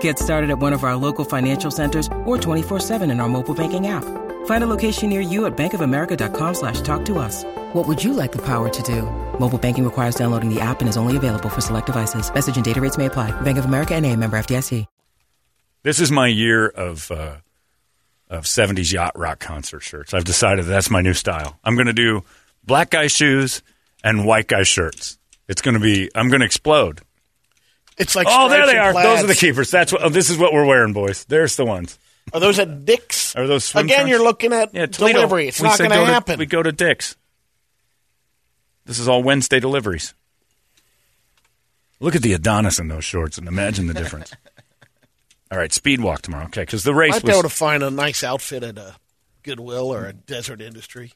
S10: Get started at one of our local financial centers or 24-7 in our mobile banking app. Find a location near you at bankofamerica.com slash talk to us. What would you like the power to do? Mobile banking requires downloading the app and is only available for select devices. Message and data rates may apply. Bank of America and a member FDIC.
S2: This is my year of uh, of seventies yacht rock concert shirts. I've decided that's my new style. I'm going to do black guy shoes and white guy shirts. It's going to be. I'm going to explode.
S4: It's like
S2: oh, there
S4: stripes
S2: they
S4: and
S2: are. Those are the
S4: plaids.
S2: keepers. That's what. Oh, this is what we're wearing, boys. There's the ones.
S4: Are those at Dick's?
S2: Are those swim
S4: Again,
S2: trunks?
S4: you're looking at
S2: yeah, Toledo.
S4: delivery. It's
S2: We
S4: not
S2: said
S4: going to
S2: go
S4: happen.
S2: we go to Dick's. This is all Wednesday deliveries. Look at the Adonis in those shorts and imagine the difference. all right, speed walk tomorrow. Okay, because the race
S4: Might be
S2: was
S4: able to find a nice outfit at a Goodwill or a Desert Industry.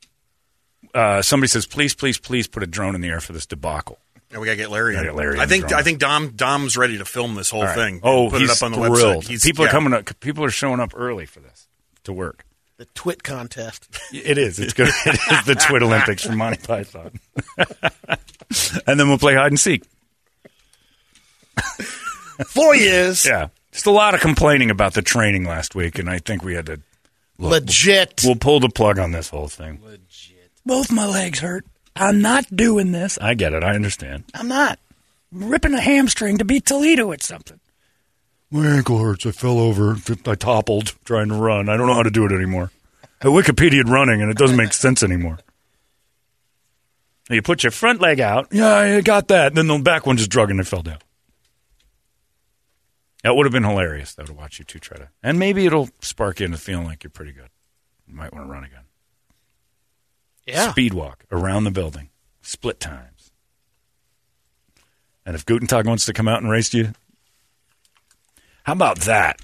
S2: uh, somebody says, please, please, please put a drone in the air for this debacle.
S5: Yeah, we gotta get Larry.
S2: Gotta
S5: in.
S2: get Larry
S5: I
S2: in
S5: think
S2: drama.
S5: I think Dom Dom's ready to film this whole
S2: All right.
S5: thing.
S2: Oh,
S5: put
S2: he's
S5: it up on the
S2: thrilled.
S5: website. He's-
S2: people
S5: yeah.
S2: are coming up. People are showing up early for this to work.
S4: The Twit contest.
S2: It is. It's good. it is the Twit Olympics for Monty Python. and then we'll play hide and seek.
S4: Four years.
S2: Yeah. Just a lot of complaining about the training last week, and I think we had to.
S4: Legit.
S2: We'll pull the plug on this whole thing. Both my legs hurt. I'm not doing this. I get it. I understand.
S11: I'm not. I'm ripping a hamstring to beat Toledo at something.
S2: My ankle hurts. I fell over. I toppled trying to run. I don't know how to do it anymore. I Wikipedia running, and it doesn't make sense anymore. You put your front leg out. Yeah, I got that. Then the back one just drug and it fell down. That would have been hilarious, though, to watch you two try to. And maybe it'll spark you into feeling like you're pretty good. You might want to run again.
S4: Yeah.
S2: Speed walk around the building, split times. And if Gutentag wants to come out and race you, how about that?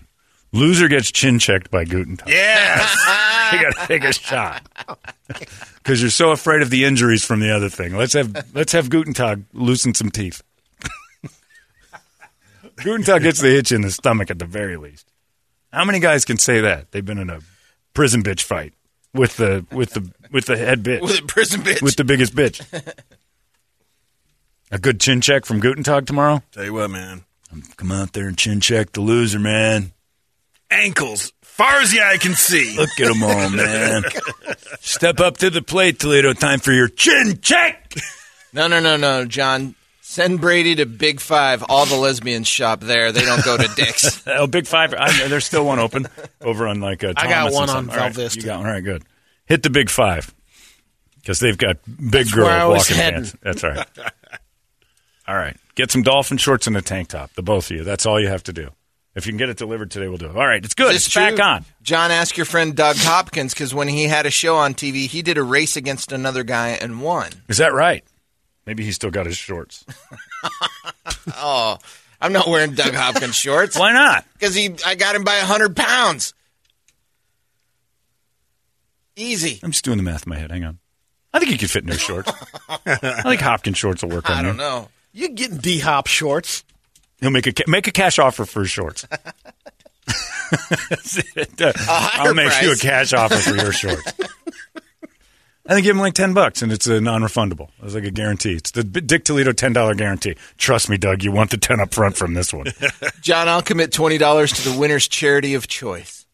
S2: Loser gets chin checked by Gutentag.
S5: Yes.
S2: you got to take a shot because you're so afraid of the injuries from the other thing. Let's have let's have Gutentag loosen some teeth. Gutentag gets the itch in the stomach at the very least. How many guys can say that they've been in a prison bitch fight with the with the with the head bitch
S3: With a prison bitch.
S2: with the biggest bitch? A good chin check from Gutentag tomorrow.
S5: Tell you what, man.
S2: Come out there and chin check the loser, man.
S5: Ankles, far as the eye can see.
S2: Look at them all, man. Step up to the plate, Toledo. Time for your chin check.
S3: No, no, no, no, John. Send Brady to Big Five. All the lesbians shop there. They don't go to Dick's.
S2: oh, Big Five. I, there's still one open over on like uh, Thomas
S3: I got
S2: and
S3: one on
S2: something. All right,
S3: Val Vista.
S2: You got one. All right, good. Hit the Big Five because they've got big
S4: That's
S2: girl
S4: where I was
S2: walking
S4: heading.
S2: pants. That's all right. all right. Get some dolphin shorts and a tank top. The both of you. That's all you have to do. If you can get it delivered today, we'll do it. All right. It's good.
S3: Is
S2: it's
S3: this
S2: back
S3: true?
S2: on.
S3: John, ask your friend Doug Hopkins because when he had a show on TV, he did a race against another guy and won.
S2: Is that right? Maybe he's still got his shorts.
S3: Oh, I'm not wearing Doug Hopkins shorts.
S2: Why not?
S3: Because he, I got him by hundred pounds. Easy.
S2: I'm just doing the math in my head. Hang on. I think you could fit in those shorts. I think Hopkins shorts will work on
S3: I
S2: you.
S3: don't know.
S4: You're getting D Hop shorts.
S2: He'll make a ca- make a cash offer for his shorts. Uh, I'll make you a
S4: price.
S2: cash offer for your shorts. I think give him like ten bucks, and it's a non-refundable. It's like a guarantee. It's the B- Dick Toledo ten dollar guarantee. Trust me, Doug. You want the ten up front from this one.
S3: John, I'll commit twenty dollars to the winner's charity of choice.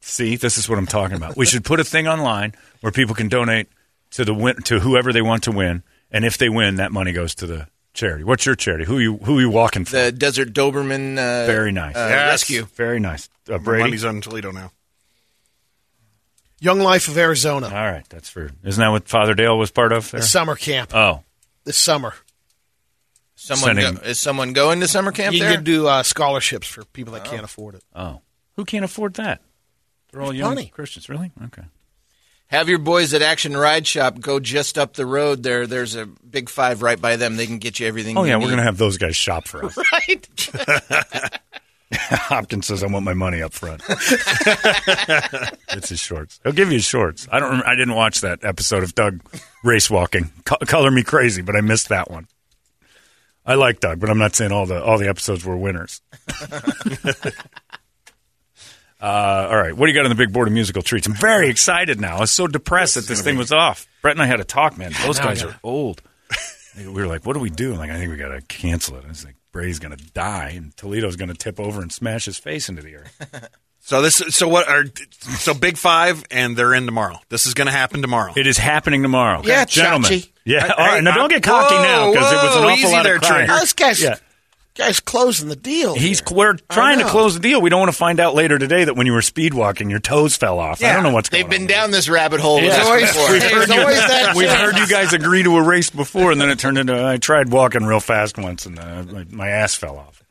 S2: See, this is what I'm talking about. We should put a thing online where people can donate to the win- to whoever they want to win, and if they win, that money goes to the charity. What's your charity? Who you who you walking for?
S3: The Desert Doberman. Uh,
S2: Very nice.
S3: uh,
S2: Yes.
S3: Rescue.
S2: Very nice. Uh,
S5: My
S2: Brady?
S5: Money's on Toledo now.
S4: Young Life of Arizona.
S2: All right, that's for isn't that what Father Dale was part of? There?
S4: The summer camp.
S2: Oh,
S4: This summer.
S3: Someone
S2: Sending-
S3: go, is someone going to summer camp
S4: you
S3: there?
S4: can do uh, scholarships for people that can't afford it.
S2: oh, who can't afford that? They're all
S4: There's
S2: young
S4: plenty.
S2: Christians, really? Okay.
S3: Have your boys at Action Ride Shop go just up the road. There, there's a Big Five right by them. They can get you everything.
S2: Oh
S3: you
S2: yeah,
S3: need.
S2: we're gonna have those guys shop for us.
S3: right.
S2: Hopkins says, "I want my money up front." it's his shorts. He'll give you his shorts. I don't. Remember, I didn't watch that episode of Doug race walking. Co- Color me crazy, but I missed that one. I like Doug, but I'm not saying all the all the episodes were winners. Uh, all right, what do you got on the big board of musical treats? I'm very excited now. I was so depressed that this thing was off. Brett and I had a talk, man. Those
S5: now I
S2: guys
S5: gotta-
S2: are old. We were like, "What do we do?" I'm like, I think we got to cancel it. I was like, Bray's going to die, and Toledo's going to tip over and smash his face into the earth.
S5: So this, so what are, so Big Five, and they're in tomorrow. This is going to happen tomorrow.
S2: It is happening tomorrow.
S5: Yeah,
S2: gentlemen.
S5: Chachi.
S2: Yeah,
S5: Hey,
S2: all right. Now
S5: I'm-
S2: don't get cocky
S5: Whoa,
S2: now because it was an
S5: whoa,
S2: awful
S5: easy
S2: lot
S5: there,
S2: of crying.
S5: Trigger. Those guys-
S2: Yeah.
S4: Guy's closing the deal.
S2: He's we're trying to close the deal. We don't want to find out later today that when you were speed walking, your toes fell off. I don't know what's going
S3: They've been down this rabbit hole
S2: on.
S3: with us before.
S2: we've heard, you,
S3: always that
S2: we've
S3: chance.
S2: heard you guys agree to a race before, and then it turned into I tried walking real fast once, and uh, my- my ass fell off.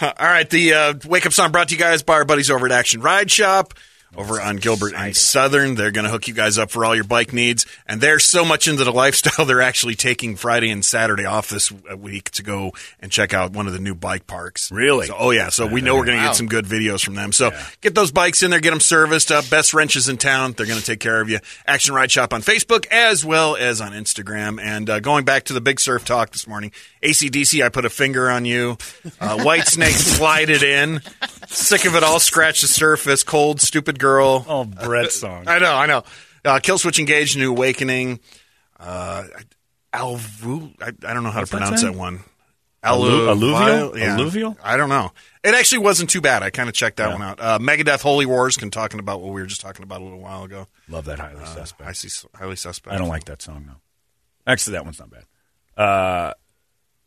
S5: All right, the uh, wake up song brought to you guys by our buddies over at Action Ride Shop over on Gilbert and Southern. They're going to hook you guys up for all your bike needs, and they're so much into the lifestyle they're actually taking Friday and Saturday off this uh, week to go and check out one of the new bike parks. Really? oh yeah. So we know we're going to
S2: Wow.
S5: get some good videos from them. So get those bikes in there, get them serviced up. Best wrenches in town. They're going to take care of you. Action Ride Shop on Facebook as well as on Instagram. And uh, going back to the big surf talk this morning, ACDC, I put a finger on you. Uh, White Snake slided in. Sick of it all. Scratch the surface. Cold, stupid girl.
S2: Oh, Brett song.
S5: I know, I know. Uh, Killswitch Engage, New Awakening. Uh, Alvu. I, I don't know how
S2: What's
S5: to
S2: that
S5: pronounce
S2: thing?
S5: that, one.
S2: Allu- alluvial?
S5: Yeah.
S2: Alluvial?
S5: I don't know. It actually wasn't too bad. I kind of checked that one out. Uh, Megadeth, Holy Wars, can talking about what we were just talking about a little while ago.
S2: Love that highly
S5: Uh,
S2: suspect.
S5: I see highly suspect.
S2: I don't like that song though. Actually, that one's not bad. Uh,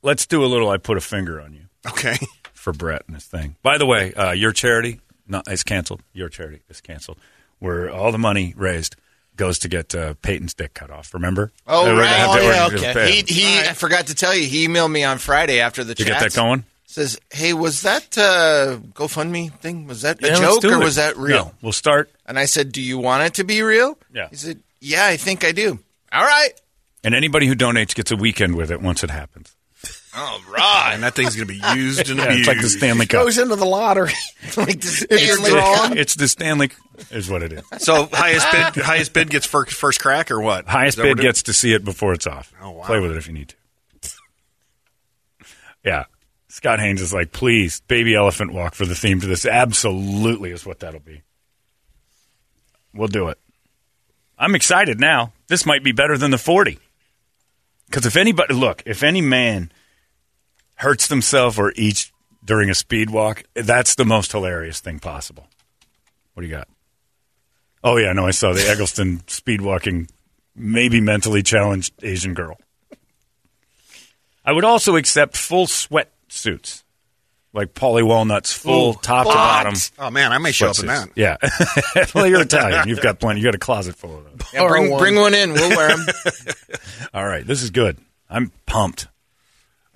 S2: let's do a little. I put a finger on you.
S5: Okay.
S2: For Brett and his thing. By the way, uh, your charity no, is canceled. Your charity is canceled. Where all the money raised goes to get uh, Peyton's dick cut off. Remember?
S3: Oh,
S2: Uh, we're
S3: right.
S2: gonna have to-
S3: Oh,
S2: we're
S3: yeah,
S2: gonna just
S3: okay.
S2: pay
S3: He,
S2: him.
S3: he I forgot to tell you, he emailed me on Friday after the
S2: Did you
S3: chat.
S2: get that going?
S3: Says, hey, was that uh, GoFundMe thing? Was that
S2: Yeah,
S3: a
S2: let's
S3: joke
S2: do
S3: or
S2: it.
S3: was that real?
S2: No, we'll start.
S3: And I said, do you want it to be real?
S2: Yeah.
S3: He said, yeah, I think I do. All right.
S2: And anybody who donates gets a weekend with it once it happens.
S3: All right.
S5: And that thing's going to be used and
S2: Yeah, it's
S5: abused.
S2: like the Stanley Cup.
S4: Goes into the lottery.
S3: like this
S2: It's
S4: Stanley Cup.
S2: the, it's the Stanley is what it is.
S5: So highest bid, highest bid gets first, first crack or what? Is
S2: Highest
S5: that what
S2: bid
S5: it-
S2: gets to see it before it's off.
S5: Oh, wow.
S2: Play with it if you need to. yeah. Scott Haynes is like, please, baby elephant walk for the theme to this. Absolutely is what that'll be. We'll do it. I'm excited now. This might be better than the 40. Because if anybody, look, if any man hurts themselves or eats during a speed walk, that's the most hilarious thing possible. What do you got? Oh yeah, no, I saw the Eggleston speed walking, maybe mentally challenged Asian girl. I would also accept full sweat suits, like Polly Walnut's full
S5: Ooh,
S2: top
S5: what?
S2: to bottom.
S5: Oh, man, I may show up in
S2: sweatsuits. Yeah, well, you're Italian. You've got plenty. You got a closet full of them.
S3: Yeah, bring, bring one in. We'll wear them.
S2: All right, this is good. I'm pumped.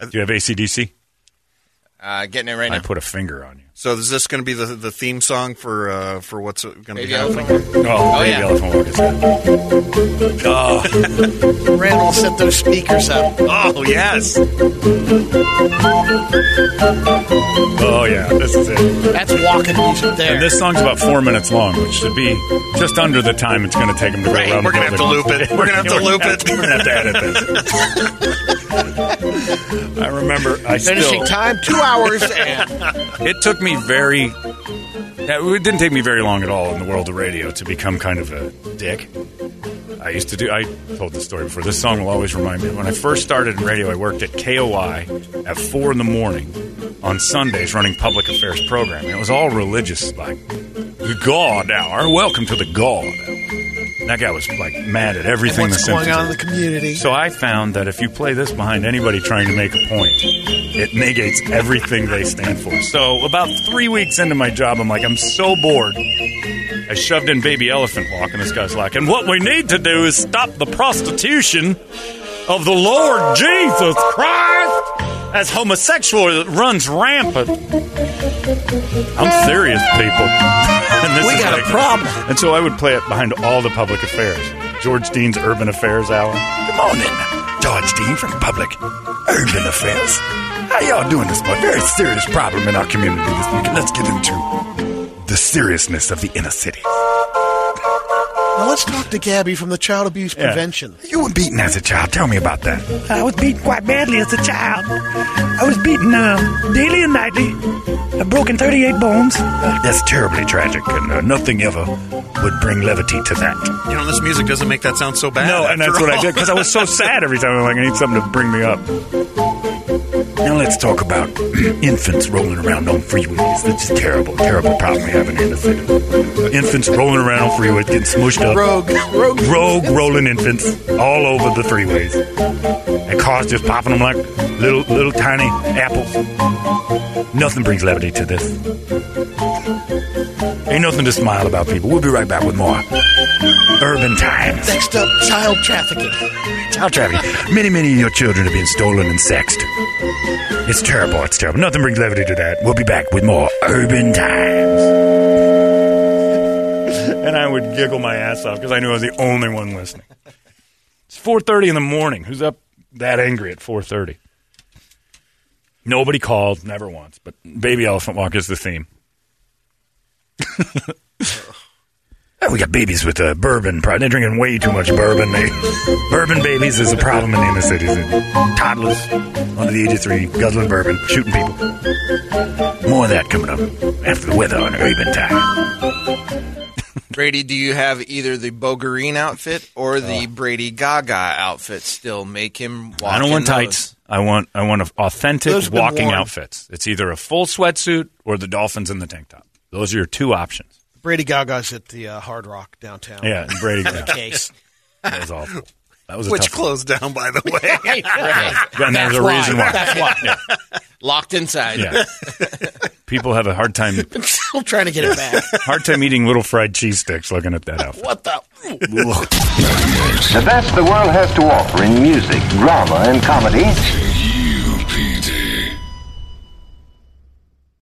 S2: Do you have ACDC?
S3: uh, getting it right
S2: I
S3: now.
S2: put a finger on you.
S5: So is this going to be the the theme song for uh, for what's going to be
S3: Baby
S5: happening?
S2: Oh, baby
S3: yeah.
S2: elephant walk is good. Oh.
S4: Rand will set those speakers up.
S5: Oh yes.
S2: Oh yeah, this is it.
S4: That's walking music there.
S2: And this song's about four minutes long, which should be just under the time it's going to take them to go
S5: Right,
S2: around.
S5: we're
S2: the
S5: gonna have to
S2: building.
S5: loop it. We're gonna have to
S2: We're
S5: loop
S2: gonna
S5: it.
S2: have- We're going to have to edit this. I remember. I still.
S4: Finishing time, two hours. and
S2: It took me very. yeah, It didn't take me very long at all in the world of radio to become kind of a dick. I used to do. I told this story before. This song will always remind me. When I first started in radio, I worked at KOI at four in the morning on Sundays, running public affairs program. And it was all religious, like the God Hour. Welcome to the God Hour. That guy was like mad at everything.
S4: what's
S2: the
S4: going
S2: Simpsons
S4: on in the community?
S2: so I found that if you play this behind anybody trying to make a point, it negates everything they stand for. So about three weeks into my job, I'm like, I'm so bored. I shoved in Baby Elephant Walk, and this guy's like, and what we need to do is stop the prostitution of the Lord Jesus Christ as homosexual runs rampant. I'm serious, people. And this
S4: We
S2: is
S4: got a
S2: like-
S4: problem.
S2: And so I would play it behind all the public affairs. George Dean's Urban Affairs Hour. Good morning, George Dean from Public Urban Affairs. How y'all doing this morning? Very serious problem in our community this week, and let's get into the seriousness of the inner city.
S4: Now let's talk to Gabby from the Child Abuse
S2: Yeah.
S4: Prevention.
S2: You were beaten as a child. Tell me about that.
S11: I was beaten quite badly as a child. I was beaten uh, daily and nightly. I've broken 38 bones.
S2: That's terribly tragic, and uh, nothing ever would bring levity to that.
S5: You know, this music doesn't make that sound so bad.
S2: No, and
S5: after
S2: that's what I
S5: all.
S2: did because I was so sad every time. I'm like, I need something to bring me up. Now let's talk about infants rolling around on freeways. That's a terrible, terrible problem we have in Anderson. Infants rolling around on freeways, getting smushed up.
S4: Rogue, rogue,
S2: rogue, rolling infants all over the freeways, and cars just popping them like little, little tiny apples. Nothing brings levity to this. Ain't nothing to smile about, people. We'll be right back with more urban times.
S4: Next up, child trafficking.
S2: Child trafficking. Many, many of your children have been stolen and sexed. It's terrible. It's terrible. Nothing brings levity to that. We'll be back with more urban times. And I would giggle my ass off because I knew I was the only one listening. It's four thirty in the morning. Who's up that angry at four thirty? Nobody called, never once. But baby elephant walk is the theme. Oh, we got babies with uh, bourbon. Pro- they're drinking way too much bourbon. They, bourbon babies is a problem in the inner cities. Toddlers under the age of three guzzling bourbon, shooting people. More of that coming up after the weather on Urban Time.
S3: Brady, do you have either the Bogarine outfit or
S2: Uh.
S3: the Brady Gaga outfit still? Make him walk.
S12: I don't want
S3: in those.
S12: tights. I want I want an
S3: Those
S12: authentic
S3: have been
S12: walking
S3: worn.
S12: outfits. It's either a full sweatsuit or the dolphins in the tank top. Those are your two options.
S4: Brady Gaga's at the uh, Hard Rock downtown.
S12: Yeah, and Brady
S4: In a
S12: Gaga.
S4: case.
S12: That was awful. That was a
S5: Which
S12: tough
S5: closed down, by the way.
S12: And there's a reason why.
S4: That's why.
S3: Locked inside.
S12: Yeah. People have a hard time
S4: I'm still trying to get it back.
S12: hard time eating little fried cheese sticks looking at that outfit.
S4: What the?
S1: The best the world has to offer in music, drama, and comedy